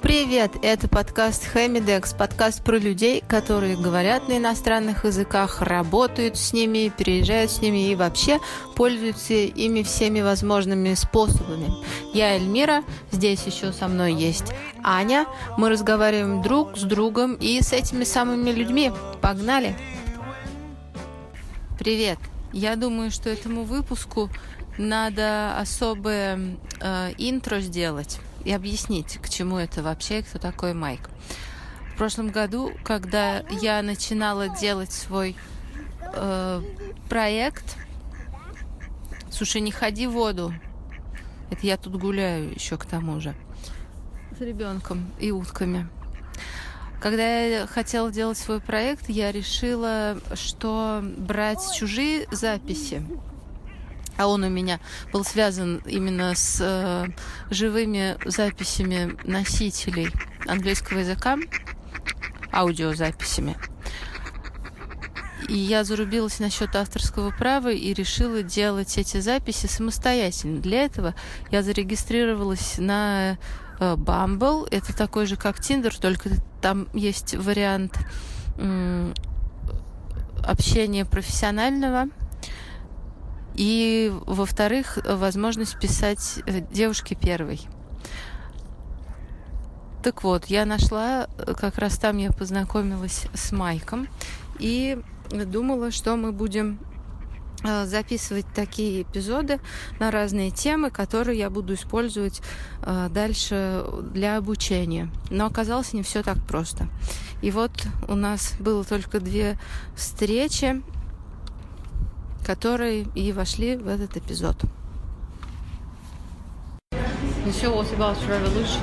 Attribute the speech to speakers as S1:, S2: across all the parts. S1: Привет, это подкаст Хэмидекс, подкаст про людей, которые говорят на иностранных языках, работают с ними, переезжают с ними и вообще пользуются ими всеми возможными способами. Я Эльмира, здесь еще со мной есть Аня. Мы разговариваем друг с другом и с этими самыми людьми. Погнали! Привет! Я думаю, что этому выпуску надо особое э, интро сделать и объяснить, к чему это вообще и кто такой Майк. В прошлом году, когда я начинала делать свой э, проект, слушай, не ходи в воду, это я тут гуляю еще к тому же с ребенком и утками. Когда я хотела делать свой проект, я решила, что брать чужие записи а он у меня был связан именно с э, живыми записями носителей английского языка, аудиозаписями. И я зарубилась насчет авторского права и решила делать эти записи самостоятельно. Для этого я зарегистрировалась на э, Bumble. Это такой же, как Tinder, только там есть вариант э, общения профессионального. И, во-вторых, возможность писать э, девушке первой. Так вот, я нашла, э, как раз там я познакомилась с Майком и думала, что мы будем э, записывать такие эпизоды на разные темы, которые я буду использовать а, дальше для обучения. Но оказалось не все так просто. И вот у нас было только две встречи, которые и вошли в этот эпизод. The show was about revolution.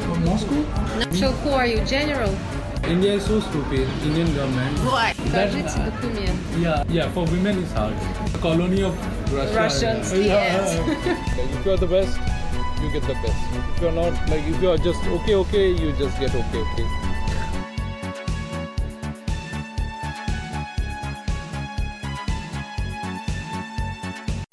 S2: From Moscow?
S1: So who are you, general?
S2: India is so stupid. Indian government.
S1: Why? Покажите документ.
S2: Yeah, yeah. For women it's hard. The colony of Russia.
S1: Russians,
S2: if you are the best, you get the best. If you are not, like if you are just okay, okay, you just get okay, okay.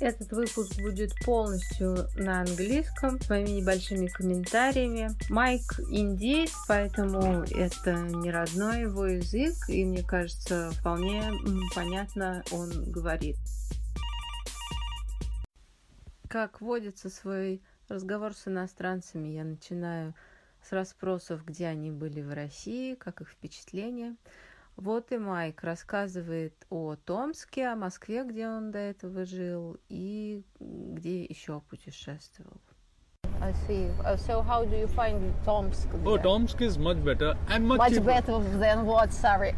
S1: Этот выпуск будет полностью на английском, с моими небольшими комментариями. Майк индеец, поэтому это не родной его язык, и мне кажется, вполне понятно он говорит. Как водится свой разговор с иностранцами, я начинаю с расспросов, где они были в России, как их впечатления. Вот и Майк рассказывает о Томске, о Москве, где он до этого жил и где еще путешествовал. I see. Uh, So how do you find Tomsk?
S2: Oh,
S1: there?
S2: Tomsk is much better and much,
S1: Much
S2: cheaper.
S1: better than what? Sorry.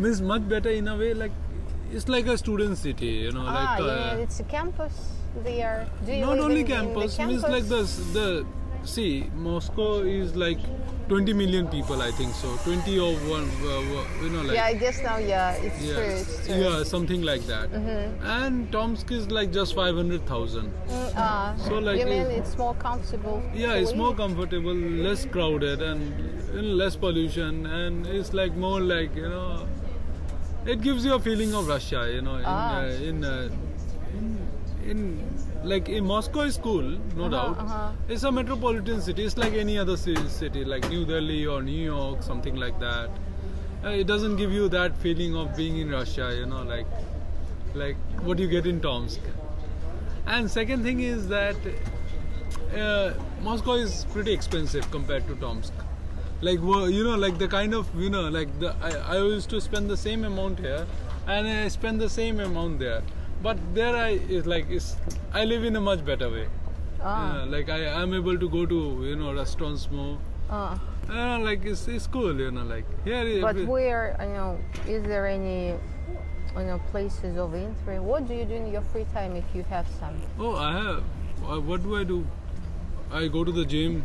S2: This much better in a way like it's like a student city, you know,
S1: ah,
S2: like uh,
S1: yeah, it's a campus there. Do you
S2: not
S1: live
S2: only
S1: in, in the
S2: campus, means like the
S1: campus?
S2: the see Moscow is like 20 million people, I think so, 20 or one, uh, you know, like
S1: Yeah, I guess now. Yeah, it's
S2: yeah,
S1: true. It's true. Mm-hmm.
S2: yeah, something like that. And Tomsk is like just 500,000.
S1: Ah,
S2: So, like,
S1: you mean
S2: it-
S1: it's more comfortable?
S2: Yeah,
S1: to
S2: it's more
S1: live?
S2: comfortable, less crowded, and you know, less pollution, and it's like more like you know, it gives you a feeling of Russia, you know, in
S1: Ah.
S2: uh, in, uh, in in like in Moscow is cool, no doubt.
S1: uh-huh.
S2: It's a metropolitan city. It's like any other ci- city, like New Delhi or New York, something like that. Uh, it doesn't give you that feeling of being in Russia, you know, like like what you get in Tomsk. And second thing is that uh, Moscow is pretty expensive compared to Tomsk. Like wo- you know, like the kind of you know, like the I, I used to spend the same amount here, and I spend the same amount there. But there I is like is I live in a much better way.
S1: Ah.
S2: Yeah, like I am able to go to you know restaurants more.
S1: Ah.
S2: Uh, like it's, it's cool, you know. Like here, it-
S1: But where, uh, you know, is there any, you know, places of interest? What do you do in your free time if you have some?
S2: Oh, I have. Uh, What do I do? I go to the gym.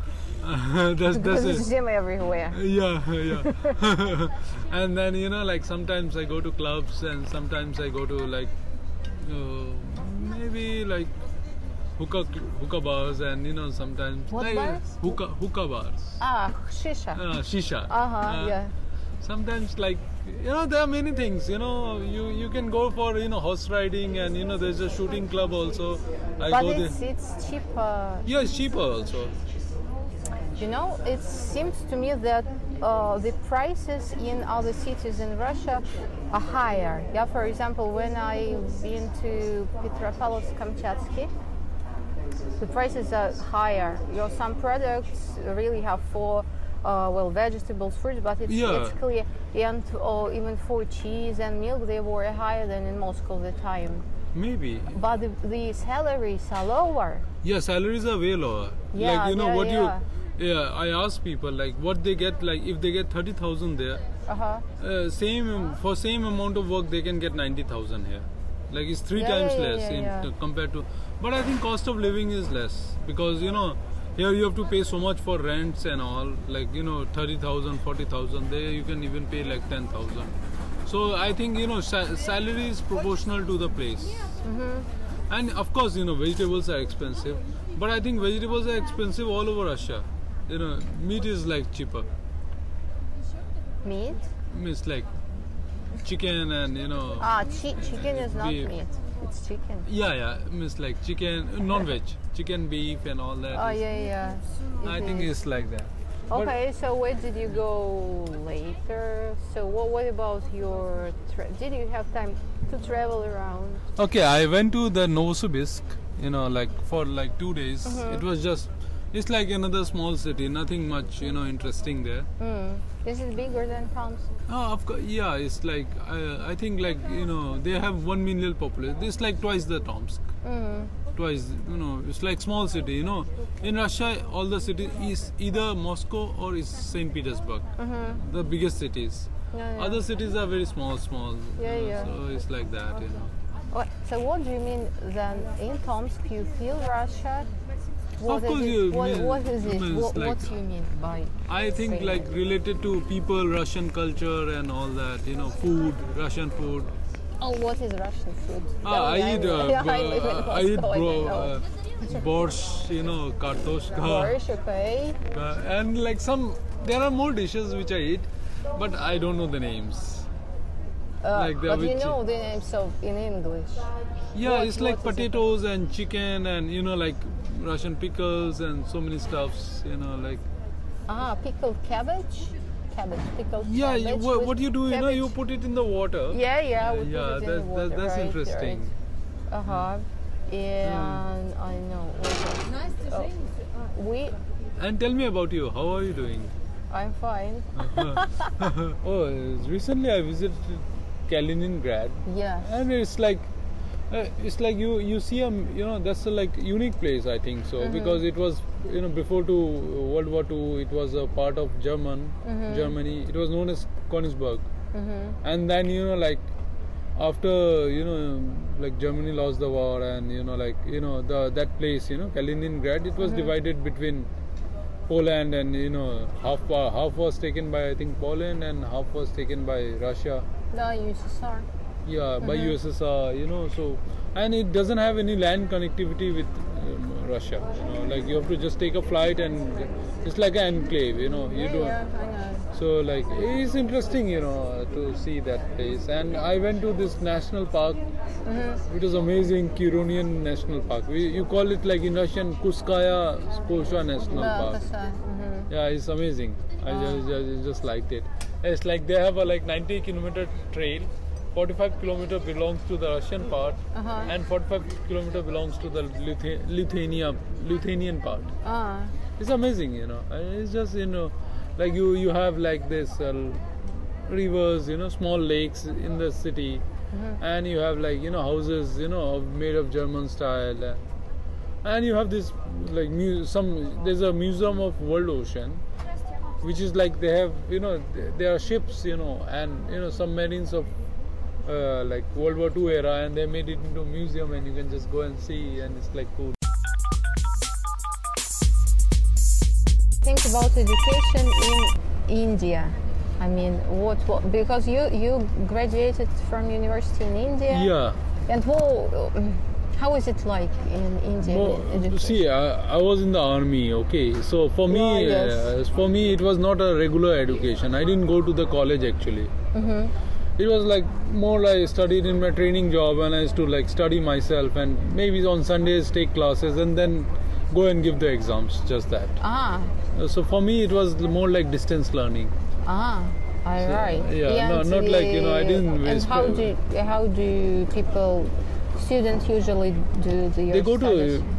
S2: that's that's
S1: Because it's
S2: it.
S1: gym everywhere.
S2: Yeah, yeah. and then you know, like sometimes I go to clubs, and sometimes I go to like uh, maybe like hookah hookah bars, and you know sometimes
S1: What
S2: like,
S1: bars?
S2: hookah hookah bars.
S1: Ah, shisha.
S2: Uh, shisha.
S1: Uh-huh, yeah.
S2: sometimes like you know there are many things you know you you can go for you know horse riding and you know there's a shooting club also i
S3: but
S2: go
S3: it's,
S2: there
S3: it's cheaper.
S2: yeah it's cheaper also
S3: You know, it seems to me that uh, the prices in other cities in Russia are higher. Yeah, for example, when I been to Petropavlovsk-Kamchatsky, the prices are higher. Your some products really have for uh, well vegetables, fruits, but it's,
S2: Yeah.
S3: it's clear. And uh, even for cheese and milk, they were higher than in Moscow the time.
S2: maybe
S3: But the, the salaries are lower.
S2: yeah salaries are way lower
S3: Yeah,
S2: like you know
S3: yeah,
S2: what
S3: yeah.
S2: you yeah i ask people like what they get like if they get 30000 there
S3: Uh huh.
S2: uh, same for same amount of work they can get 90000 here like it's three
S3: Yeah,
S2: times
S3: yeah, yeah,
S2: less
S3: yeah,
S2: in,
S3: yeah.
S2: to- compared to but i think cost of living is less because you know here you have to pay so much for rents and all like you know 30000 40000 there you can even pay like 10000 so i think you know sa- salary is proportional to the place
S3: Mm-hmm.
S2: and of course you know vegetables are expensive but i think vegetables are expensive all over russia you know meat is like cheaper
S3: Meat?
S2: it's like chicken and you know
S3: Ah, chi- chicken is not
S2: Beef.
S3: meat. It's chicken.
S2: yeah yeah it's like chicken non-veg chicken beef and all that
S3: Oh
S2: is-
S3: yeah, yeah.
S2: i think it's like that But-
S3: Okay, so where did you go later? So what? What about your? Tra- did you have time to travel around?
S2: okay i went to the novosibirsk you know like for like two days
S3: Uh-huh.
S2: it was just it's like another small city nothing much you know interesting there
S3: Mm. This is bigger than Tomsk.
S2: Oh, of course, yeah. It's like uh, I think like you know they have one million population. It's like twice the Tomsk,
S3: Mm.
S2: twice you know. It's like small city. You know, in Russia, all the cities is either Moscow or is Saint Petersburg, the biggest cities.
S3: Mm-hmm. Yeah, yeah.
S2: Other cities are very small, small. you
S3: Yeah,
S2: know,
S3: yeah.
S2: So it's like that, you know.
S3: Wha- So what do you mean then? In Tomsk, you feel Russia? What is
S2: course
S3: it?
S2: you
S3: what,
S2: mean-
S3: what is it?
S2: means
S3: What,
S2: like-
S3: what you mean by?
S2: I think
S3: saying
S2: like
S3: that?
S2: related to people, Russian culture and all that. You know, food, Russian food.
S3: Oh, what is Russian food? Tell
S2: Ah,
S3: me,
S2: I eat, uh,
S3: yeah, I
S2: bro-
S3: live in
S2: uh, I eat
S3: Moscow,
S2: bro,
S3: know.
S2: uh, borscht, you know, kartoshka.
S3: Borscht, okay.
S2: Uh, and like some there are more dishes which i eat but i don't know the names
S3: Uh,
S2: Like the
S3: but you
S2: which-
S3: know the names of in English.
S2: yeah
S3: What-
S2: it's like
S3: what is it?
S2: potatoes and chicken and you know like russian pickles and so many stuffs you know like
S3: Ah, pickled cabbage. Cabbage, pickled
S2: yeah
S3: cabbage.
S2: you, what,
S3: with
S2: what you do you know
S3: cabbage.
S2: you put it in the water
S3: Yeah, yeah. We
S2: yeah
S3: put
S2: that's,
S3: it in the water,
S2: that's, that's
S3: right,
S2: interesting Mm.
S3: Right. Uh huh. And I know. what else? Oh, we.
S2: and tell me about you how are you doing
S3: I'm fine.
S2: oh recently i visited kaliningrad
S3: Yeah.
S2: and it's like uh, it's like you you see a you know that's a like unique place i think so because it was you know before to world war ii it was a part of german germany it was known as konigsberg and then you know like after you know like germany lost the war and you know like you know the that place you know kaliningrad it was divided between poland and you know half wa- half was taken by i think poland and half was taken by russia
S3: No, you sorry.
S2: yeah by ussr uh, you know so and it doesn't have any land connectivity with um, russia you know like you have to just take a flight and it's like an enclave you know you
S3: Yeah,
S2: don't
S3: yeah, I know.
S2: so like it's interesting you know to see that place and i went to this national park it is amazing kirunian national park we, you call it like in russian kuskaya skosha national
S3: No,
S2: park
S3: that's uh, mhm.
S2: yeah it's amazing i just, just, just liked it it's like they have a like 90 kilometer trail 45 kilometer belongs to the russian part
S3: Uh-huh.
S2: and 45 kilometer belongs to the Lithu- lithuania lithuanian part
S3: Ah,
S2: it's amazing you know And it's just you know like you you have like this uh, rivers you know small lakes in the city and you have like you know houses you know of- made of german style uh, and you have this like mu- some there's a museum of world ocean which is like they have you know th- there are ships you know and you know submarines of uh, like world war ii era and they made it into a museum and you can just go and see and it's like cool
S3: think about education in India. I mean, what, what? Because you you graduated from university in India.
S2: yeah
S3: And who? um, How is it like in India? in
S2: Well,
S3: education?
S2: see, I, I was in the army. Okay, so for me,
S3: Yeah, yes.
S2: uh, for me, it was not a regular education. I didn't go to the college actually.
S3: Mm-hmm.
S2: It was like more like I studied in my training job, and I used to like study myself, and maybe on Sundays take classes, and then go and give the exams. Just that.
S3: ah,
S2: Uh, So for me, it was more like distance learning.
S3: ah, all right.
S2: yeah, no,
S3: And
S2: not like, you know, I
S3: the-
S2: didn't
S3: And
S2: waste
S3: how
S2: my-
S3: do how do people students usually do the?
S2: They go
S3: studies?
S2: to.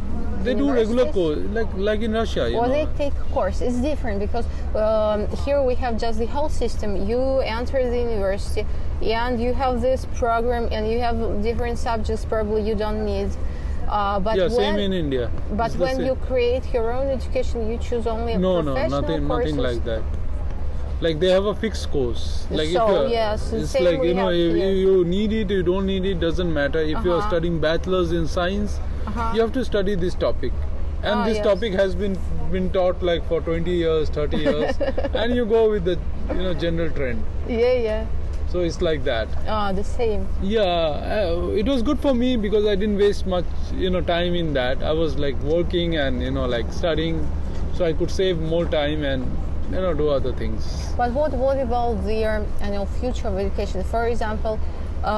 S2: They do regular
S3: Universities?
S2: course, like like in Russia. You
S3: Or
S2: know.
S3: they take course. It's different because um, here we have just the whole system. You enter the university and you have this program and you have different subjects. Probably you don't need. Uh, but
S2: yeah,
S3: when,
S2: same in India.
S3: but
S2: It's the
S3: when
S2: same.
S3: you create your own education, you choose only
S2: no no
S3: professional
S2: nothing
S3: courses.
S2: nothing like that like they have a fixed course like
S3: So,
S2: if you're,
S3: yes, the
S2: it's
S3: same
S2: like
S3: we
S2: you know
S3: have
S2: if
S3: here.
S2: you, you need it you don't need it doesn't matter if you're
S3: Uh-huh.
S2: studying bachelor's in science you have to study this topic and
S3: Ah,
S2: this
S3: yes.
S2: topic has been been taught like for 20 years 30 years and you go with the you know general trend
S3: Yeah, yeah.
S2: so it's like that
S3: Ah, the same.
S2: yeah uh, it was good for me because i didn't waste much you know time in that i was like working and you know like studying so i could save more time and you know do other things
S3: But what what about their you know future of education? For example, uh,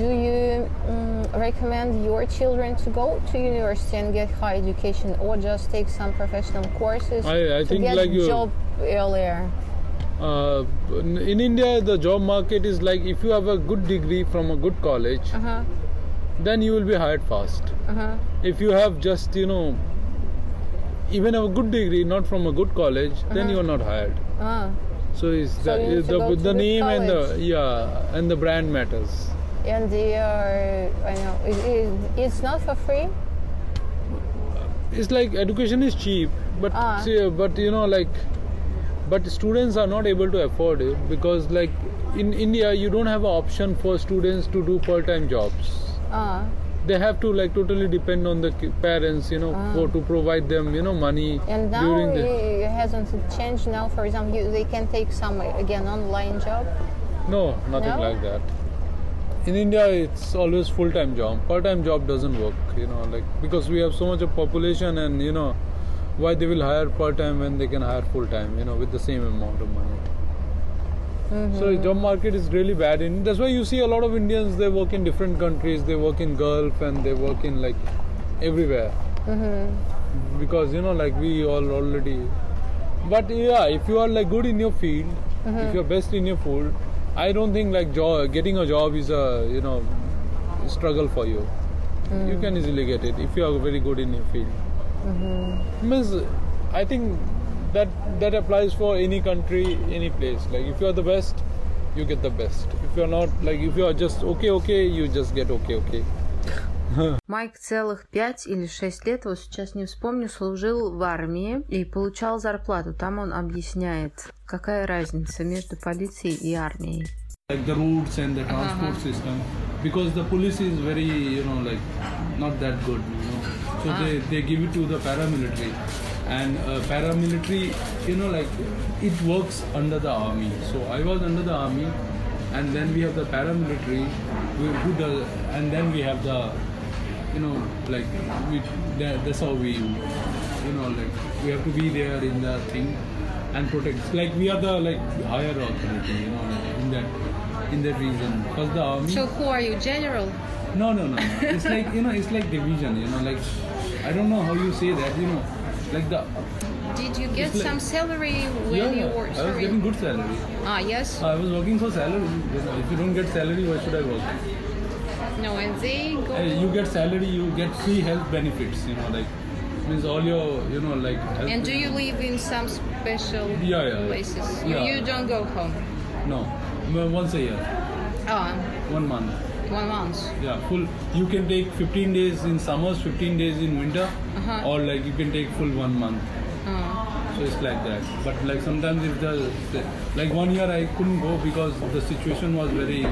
S3: do you mm, recommend your children to go to university and get high education, or just take some professional courses
S2: I- I
S3: to
S2: think
S3: get
S2: like you-
S3: job earlier?
S2: uh, in india the job market is like if you have a good degree from a good college
S3: Uh huh.
S2: then you will be hired fast
S3: Uh huh.
S2: if you have just you know even have a good degree not from a good college then you are not hired
S3: Ah,
S2: so is
S3: Uh-huh. So you need
S2: the,
S3: to
S2: the,
S3: go to
S2: the
S3: good
S2: name and the
S3: college.
S2: yeah and the brand matters
S3: and they are I know it, it, it's not for free.
S2: it's like education is cheap but
S3: Ah.
S2: see, but you know like but students are not able to afford it because like in india you don't have an option for students to do part-time jobs
S3: Ah,
S2: they have to like totally depend on the ki- parents you know for to provide them you know money
S3: Ah. and now
S2: during the
S3: it, it hasn't changed. Now, for example, you, they can take some again online job.
S2: no nothing
S3: No?
S2: like that in india it's always full-time job part-time job doesn't work you know like because we have so much of population and you know why they will hire part-time when they can hire full-time you know with the same amount of money So job market is really bad, and that's why you see a lot of Indians. They work in different countries. They work in Gulf, and they work in like everywhere. Because you know, like we all already. But yeah, if you are like good in your field, if you're best in your field, I don't think like job getting a job is a you know struggle for you. You can easily get it if you are very good in your field. Means, I think that that applies for any country, any place. Like if you are the best, you get the best. If you are not, like if you are just okay, okay, you just get okay, okay.
S1: Майк целых пять или шесть лет, вот сейчас не вспомню, служил в армии и получал зарплату. Там он объясняет, какая разница между полицией и армией.
S2: Like the routes and the transport system, because the police is very, you know, like not that good, you know. So they they give it to the paramilitary, and uh, paramilitary, you know, like it works under the army. So I was under the army, and then we have the paramilitary, who, who does, and then we have the you know, like we, that, that's how we, you know, like we have to be there in the thing and protect. Like we are the like higher authority, you know, in that in that region. Cause the army.
S1: who are you, general?
S2: No, no, no, no. It's like you know, it's like division. You know, like I don't know how you say that. You know, like the
S1: Did you get
S2: It's like- some
S1: salary
S2: yeah, I was getting good salary.
S1: Ah, yes.
S2: I was working for salary. You know, If you don't get salary, why should I work?
S1: No, and they
S2: Uh, you get salary, you get free health benefits. You know, like means all your you know like. health
S1: And do you live in some special
S2: Yeah, yeah, yeah.
S1: places? You,
S2: Yeah.
S1: you don't go home.
S2: No, m- once a year,
S1: Oh,
S2: one month.
S1: one month.
S2: Yeah, full. You can take 15 days in summers, 15 days in winter,
S1: Uh-huh.
S2: or like you can take full one month.
S1: Oh.
S2: So it's like that. But like sometimes if the like one year I couldn't go because the situation was very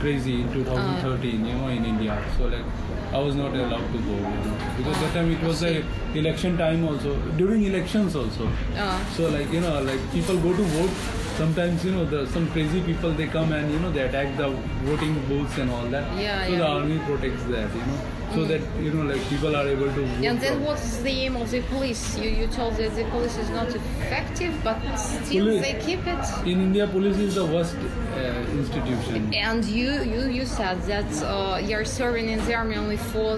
S2: crazy in 2013, you know, in India. So like I was not allowed to go you know, because that time it was the election time also during elections also.
S1: Oh.
S2: So like you know, like people go to vote. Sometimes you know the some crazy people they come and you know they attack the voting booths and all that.
S1: Yeah,
S2: so
S1: yeah.
S2: the army protects that you know. so that you know like people are able to move
S3: Mm-hmm. And then
S2: from-
S3: what is the aim of the police? You, you told that the police is not effective, but still
S2: Police-
S3: they keep it.
S2: in india police is the worst uh, institution
S3: And you, you, you said that uh, you're serving in the army only for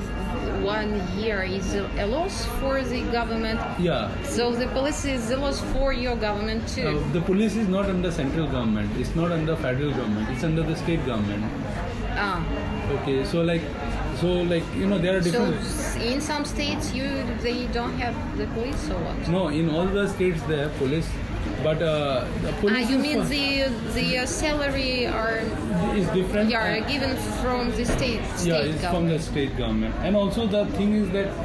S3: one year is a loss for the government.
S2: yeah
S3: So the police is a loss for your government too.
S2: Uh, the police is not under central government. It's not under federal government. It's under the state government.
S3: Ah.
S2: Okay, so like, so like you know there are
S3: So
S2: different.
S3: in some states, you they don't have the police or what?
S2: no, in all the states there are police, but uh, the police
S3: Ah, you
S2: is
S3: mean
S2: for-
S3: the the uh, salary are
S2: is different.
S3: yeah are given from the state
S2: yeah,
S3: state
S2: it's from
S3: government?
S2: the state government. And also the thing is that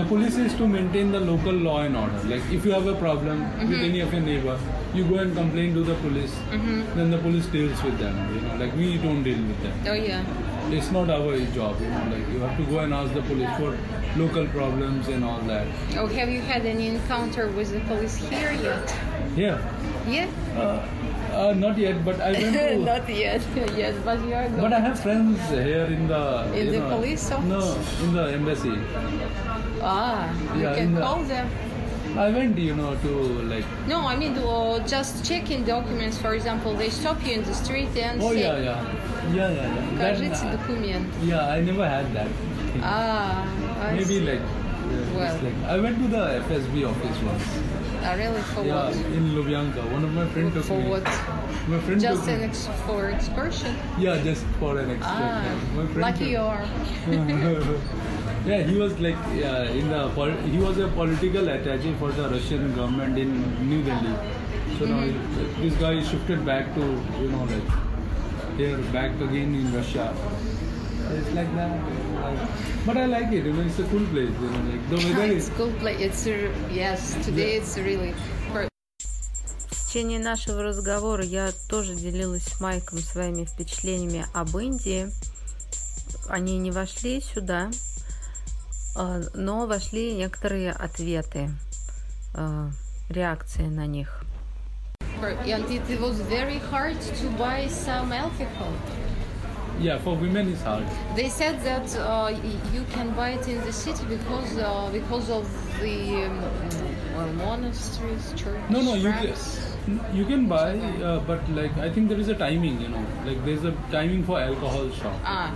S2: the police is to maintain the local law and order. Like if you have a problem with
S3: Mm-hmm.
S2: any of your neighbor, you go and complain to the police. Then the police deals with them. You know, like we don't deal with them.
S3: Oh yeah.
S2: it's not our job you know like you have to go and ask the police for local problems and all that
S3: Oh, have you had any encounter with the police here yet?
S2: yeah
S3: Yeah.
S2: uh, uh, not yet but i went to
S3: Not yet. yes, but you are.
S2: but i have friends here in the
S3: In
S2: you
S3: the
S2: know,
S3: police office?
S2: no in the embassy
S3: ah, you
S2: Yeah,
S3: can
S2: in the-
S3: call them.
S2: i went you know to like
S3: No, I mean uh, just checking documents. For example, they stop you in the street and
S2: oh
S3: say,
S2: yeah uh, yeah yeah yeah, yeah.
S3: "Покажите
S2: That-
S3: документ."
S2: yeah i never had that thing.
S3: Ah, I
S2: maybe
S3: see.
S2: like yeah,
S3: Well.
S2: it's like I went to the FSB office once.
S3: Ah, really for
S2: Yeah,
S3: what?
S2: in Lubyanka. One of my friends took
S3: For
S2: me.
S3: what?
S2: My friend
S3: Just
S2: took me.
S3: an ex- for excursion.
S2: Yeah, just for an extra.
S3: Ah,
S2: My friend
S3: lucky
S2: took-
S3: you are.
S2: yeah, he was like yeah, in the pol- he was a political attaché for the Russian government in New Delhi. So now he- this guy shifted back to you know like here back again in Russia. It's like that. Like, but I like it. You know, it's a cool place. You know, like the weather is.
S3: It's cool place. It's a, yes. Today it's really.
S1: В течение нашего разговора я тоже делилась с Майком своими впечатлениями об Индии. Они не вошли сюда, э, но вошли некоторые ответы, э, реакции на них.
S3: And it, it was very hard to buy some alcohol.
S2: Yeah, for women it's hard.
S3: They said that uh, y- you can buy it in the city because uh, because of the um, well, monasteries, churches.
S2: No, no, you can,
S3: shrines.
S2: you can buy, uh, but like I think there is a timing. You know, like there's a timing for alcohol shop.
S3: Ah,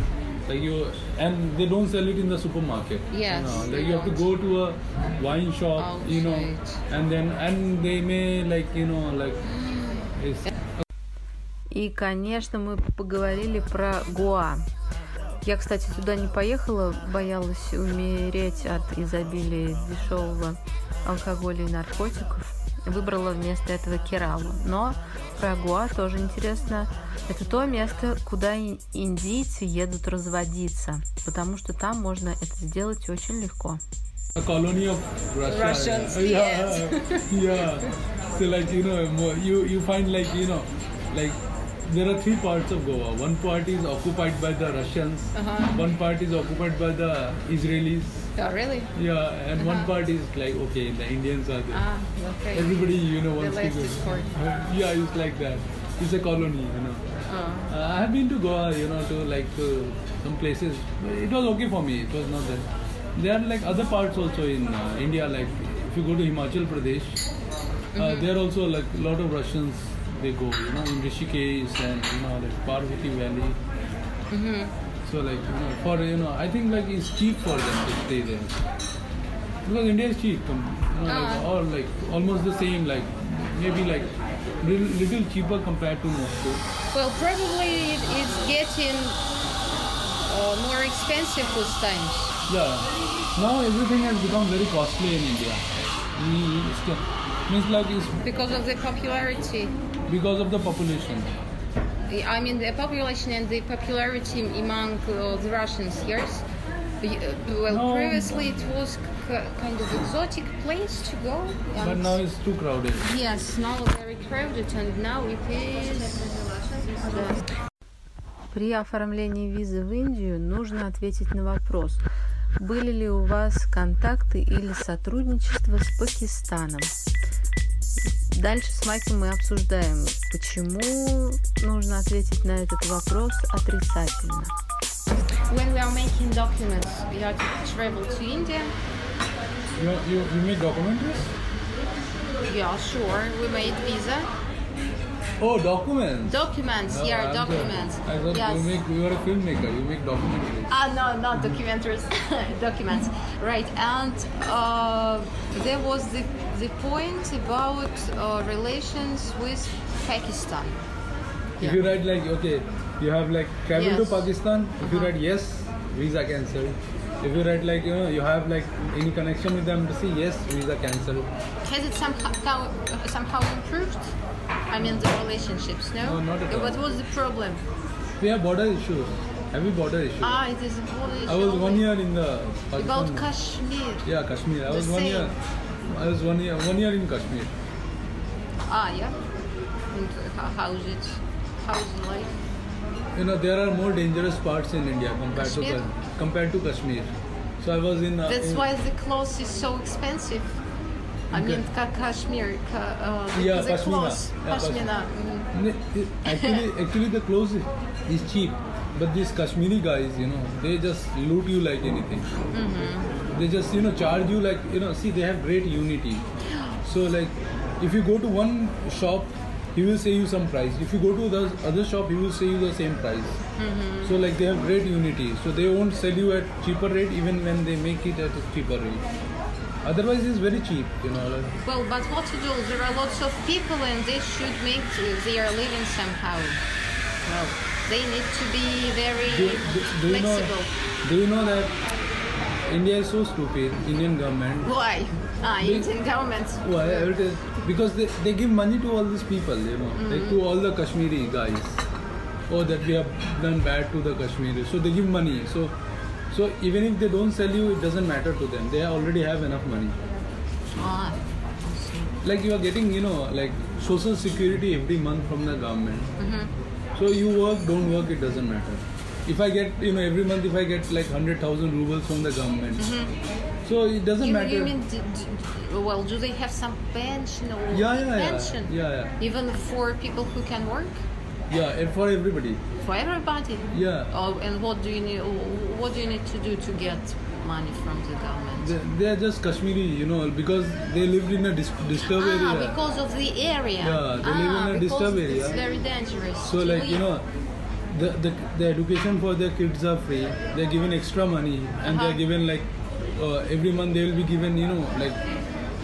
S2: like you and they don't sell it in the supermarket
S3: Yes,
S2: you know,
S3: they
S2: like you have to go
S3: don't.
S2: to a wine shop you know
S3: Outside.
S2: and then and they may like you know like it's,
S1: И, конечно, мы поговорили про Гоа. Я, кстати, туда не поехала, боялась умереть от изобилия дешевого алкоголя и наркотиков. Выбрала вместо этого Кералу. Но про Гоа тоже интересно. Это то место, куда ин- индийцы едут разводиться, потому что там можно это сделать очень легко.
S2: a colony of Russia,
S3: Russians,
S2: yeah yeah so like you know mo- you you find like you know like there are three parts of Goa. One part is occupied by the Russians. One part is occupied by the Israelis.
S3: oh, really?
S2: Yeah, and one part is like okay, the Indians are there.
S3: Ah, okay.
S2: Everybody, you know,
S3: They
S2: wants
S3: left
S2: to go. Uh,
S3: it for-
S2: Yeah, it's like that. It's a colony, you know.
S3: Ah.
S2: Uh, I have been to Goa, you know, to like to some places. It was okay for me. It was not that. There are like other parts also in uh, India. Like if you go to Himachal Pradesh, uh,
S3: Mm-hmm.
S2: there also like a lot of Russians they go, you know, in Rishikesh and you know like Parvati Valley.
S3: Mm-hmm.
S2: So like you know, for you know, I think like it's cheap for them to stay there because India is cheap. com-
S3: Ah.
S2: You know, like, or like almost the same, like maybe like little, little cheaper compared to Moscow.
S3: Well, probably it, it's getting uh, more expensive with times.
S2: Yeah. Now everything has become very costly in India. We- it's the- Means like it's
S3: because of the popularity.
S2: because of the population.
S3: I mean, the population and the popularity among uh, the Russians years. Well,
S2: No.
S3: previously it was k- kind of exotic place to go. And
S2: But now it's too crowded.
S3: yes, now very crowded, and now it is.
S1: При оформлении визы в Индию нужно ответить на вопрос, были ли у вас контакты или сотрудничество с Пакистаном. Дальше с Майком мы обсуждаем, почему нужно ответить на этот вопрос отрицательно.
S3: when we are making documents, we are to travel to India.
S2: You, you, you made documentaries?
S3: Yeah, sure. We made visa
S2: Oh, documents.
S3: documents.
S2: Oh,
S3: yeah,
S2: I'm sorry.
S3: documents.
S2: I thought you
S3: yes.
S2: make you are a filmmaker. You make documentaries.
S3: Ah, no, not documentaries. documents. Right. And uh, there was the the point about uh, relations with Pakistan.
S2: If you write like okay, you have like travel
S3: Yes. Uh-huh.
S2: to Pakistan. If you write yes, visa cancelled. If you write like you know you have like any connection with the embassy, yes, visa cancelled.
S3: Has it somehow somehow improved? I mean the relationships. No.
S2: No, not at all.
S3: What was the problem?
S2: We have border issues. Heavy border issues.
S3: Ah, it is a Polish.
S2: I was one year in the Pakistan.
S3: About Kashmir.
S2: Yeah, Kashmir. I
S3: The
S2: was one
S3: same.
S2: year. I was one year. One year in Kashmir.
S3: Ah, yeah. And uh, ho- how's it? How's life?
S2: You know there are more dangerous parts in India compared
S3: Kashmir?
S2: to Ka- compared to Kashmir. So I was in. Uh,
S3: That's
S2: in-
S3: why the clothes is so expensive. I mean, ka- Kashmir, ka, uh, the-
S2: Yeah,
S3: the
S2: pashmina.
S3: clothes,
S2: Yeah,
S3: pashmina. mm.
S2: Ne- it- Actually, actually the clothes is- is cheap, but these Kashmiri guys, you know, they just loot you like anything. They just you know charge you like you know. See, they have great unity. So like, if you go to one shop, he will say you some price. If you go to the other shop, he will say you the same price. So like they have great unity. So they won't sell you at cheaper rate even when they make it at a cheaper rate. Otherwise, it's very cheap, you know. Like,
S3: Well, but what to do? There are lots of people, and they should make uh, their living somehow. Well, they need to be very
S2: do, do, do you know,
S3: flexible.
S2: do you know that India is so stupid, Indian government?
S3: Why? Ah,
S2: They-
S3: Indian government.
S2: Why? It is, because they, they give money to all these people, you know, like to all the Kashmiri guys. Oh, that we have done bad to the Kashmiris. So they give money. So, so even if they don't sell you, it doesn't matter to them. They already have enough money.
S3: Ah, I see.
S2: like you are getting you know like social security every month from the government
S3: Mm-hmm.
S2: so you work don't work it doesn't matter if i get you know every month if i get like 100000 rubles from the government so it doesn't
S3: Mm-hmm. You,
S2: matter
S3: you mean, d- d- well, do they have some pension or
S2: yeah yeah yeah
S3: pension?
S2: yeah yeah
S3: Even for people who can work?
S2: yeah and for everybody
S3: For everybody?
S2: yeah
S3: Oh, and what do you need? What do you need to do to get money from the government?
S2: they, they are just kashmiri you know because they lived in a dis- disturbed
S3: ah,
S2: area
S3: because of the area.
S2: Yeah, they live
S3: ah,
S2: in a
S3: because
S2: disturbed
S3: It's
S2: area.
S3: very dangerous.
S2: So
S3: to
S2: like you
S3: live.
S2: know, the, the the education for their kids are free. They're given extra money, and
S3: Uh-huh.
S2: they're given like uh, every month they will be given you know like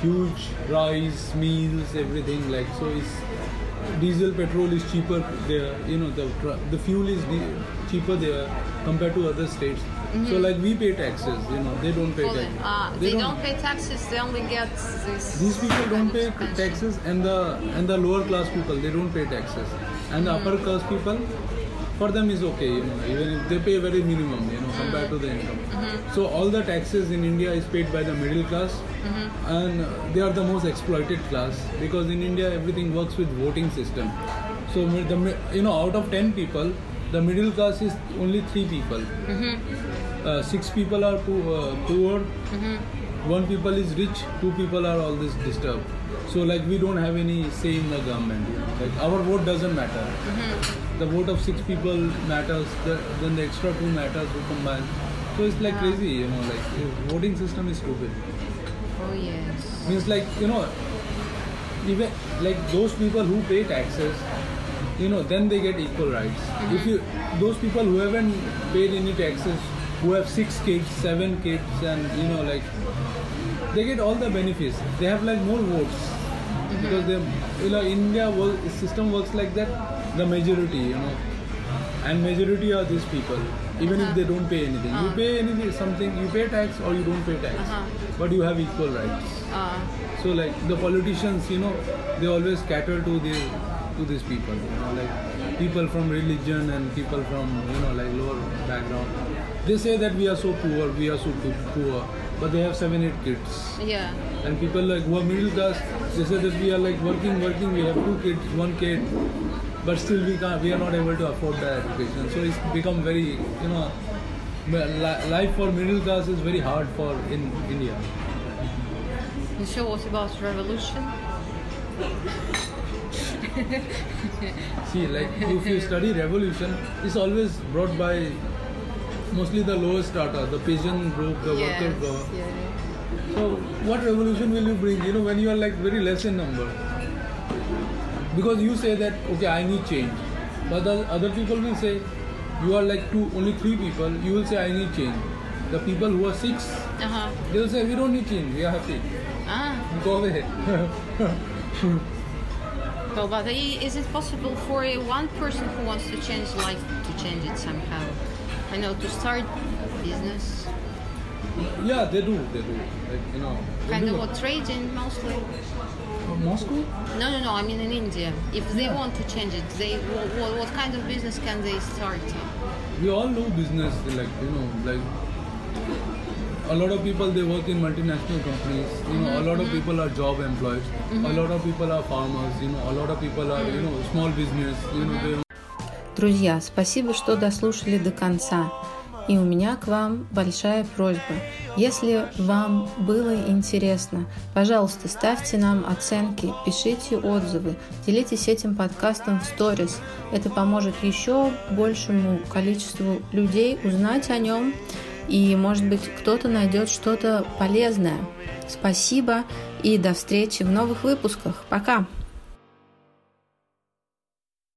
S2: huge rice meals, everything like so. It's diesel petrol is cheaper there. You know the tr- the fuel is de- cheaper there compared to other states. So like we pay taxes, you know they don't pay
S3: For the-
S2: taxes.
S3: ah, Mm-hmm. they, don't, pay taxes. They only get this.
S2: These people don't
S3: kind
S2: pay
S3: of pension.
S2: taxes, and the and the lower class people they don't pay taxes, and the upper class people, for them is okay, you know, even if they pay very minimum, you know, compared to the income. So all the taxes in India is paid by the middle class, and uh, they are the most exploited class because in India everything works with voting system. So mi- the mi- you know out of ten people, the middle class is only three people. Uh, six people are po- uh, poor. One people is rich, two people are all this disturbed. So like we don't have any say in the government. You know? Like our vote doesn't matter.
S3: Mm-hmm.
S2: The vote of six people matters. The, then the extra two matters who combine. So it's like crazy, you know. Like uh, voting system is stupid.
S3: Oh yes.
S2: Means like you know, even like those people who pay taxes, you know, then they get equal rights. If you those people who haven't paid any taxes, who have six kids, seven kids, and you know like they get all the benefits. They have like more votes because they, you know, India wo- system works like that. The majority, you know, and majority are these people. Even if they don't pay anything, you pay anything, something, you pay tax or you don't pay tax, but you have equal rights.
S3: Ah,
S2: So like the politicians, you know, they always cater to the to these people, you know, like people from religion and people from you know like lower background. They say that we are so poor, we are so po- poor, but they have seven eight kids.
S3: yeah.
S2: And people like who are middle class, they say that we are like working, working, we have two kids, one kid, but still we can't, we are not able to afford the education. So it's become very, you know, li- life for middle class is very hard for in India.
S3: And so what about revolution?
S2: See, like if you study revolution, it's always brought by mostly the lower strata, the peasant group, the worker
S3: Yes,
S2: group.
S3: yeah, yeah.
S2: So, what revolution will you bring? You know, when you are like very less in number, because you say that okay, I need change, but the other people will say you are like two, only three people. You will say I need change. The people who are six,
S3: Uh-huh.
S2: they will say we don't need change. We are happy.
S3: Ah,
S2: Go away.
S3: well, but i- is it possible for a one person who wants to change life to change it somehow? I know to start business,
S2: yeah, they do. They do. Like you know. they
S3: kind
S2: do.
S3: of what trading mostly.
S2: Uh, Moscow.
S3: No, no, no. I mean in India, if they want to change it, they what, what, what kind of business can they start?
S2: we all do business like you know like a lot of people they work in multinational companies you know a lot of people are job employed a lot of people are farmers you know a lot of people are you know small business you know they
S1: Друзья, спасибо, что дослушали до конца. И у меня к вам большая просьба. Если вам было интересно, пожалуйста, ставьте нам оценки, пишите отзывы, делитесь этим подкастом в сторис. Это поможет еще большему количеству людей узнать о нем, и, может быть, кто-то найдет что-то полезное. Спасибо и до встречи в новых выпусках. Пока!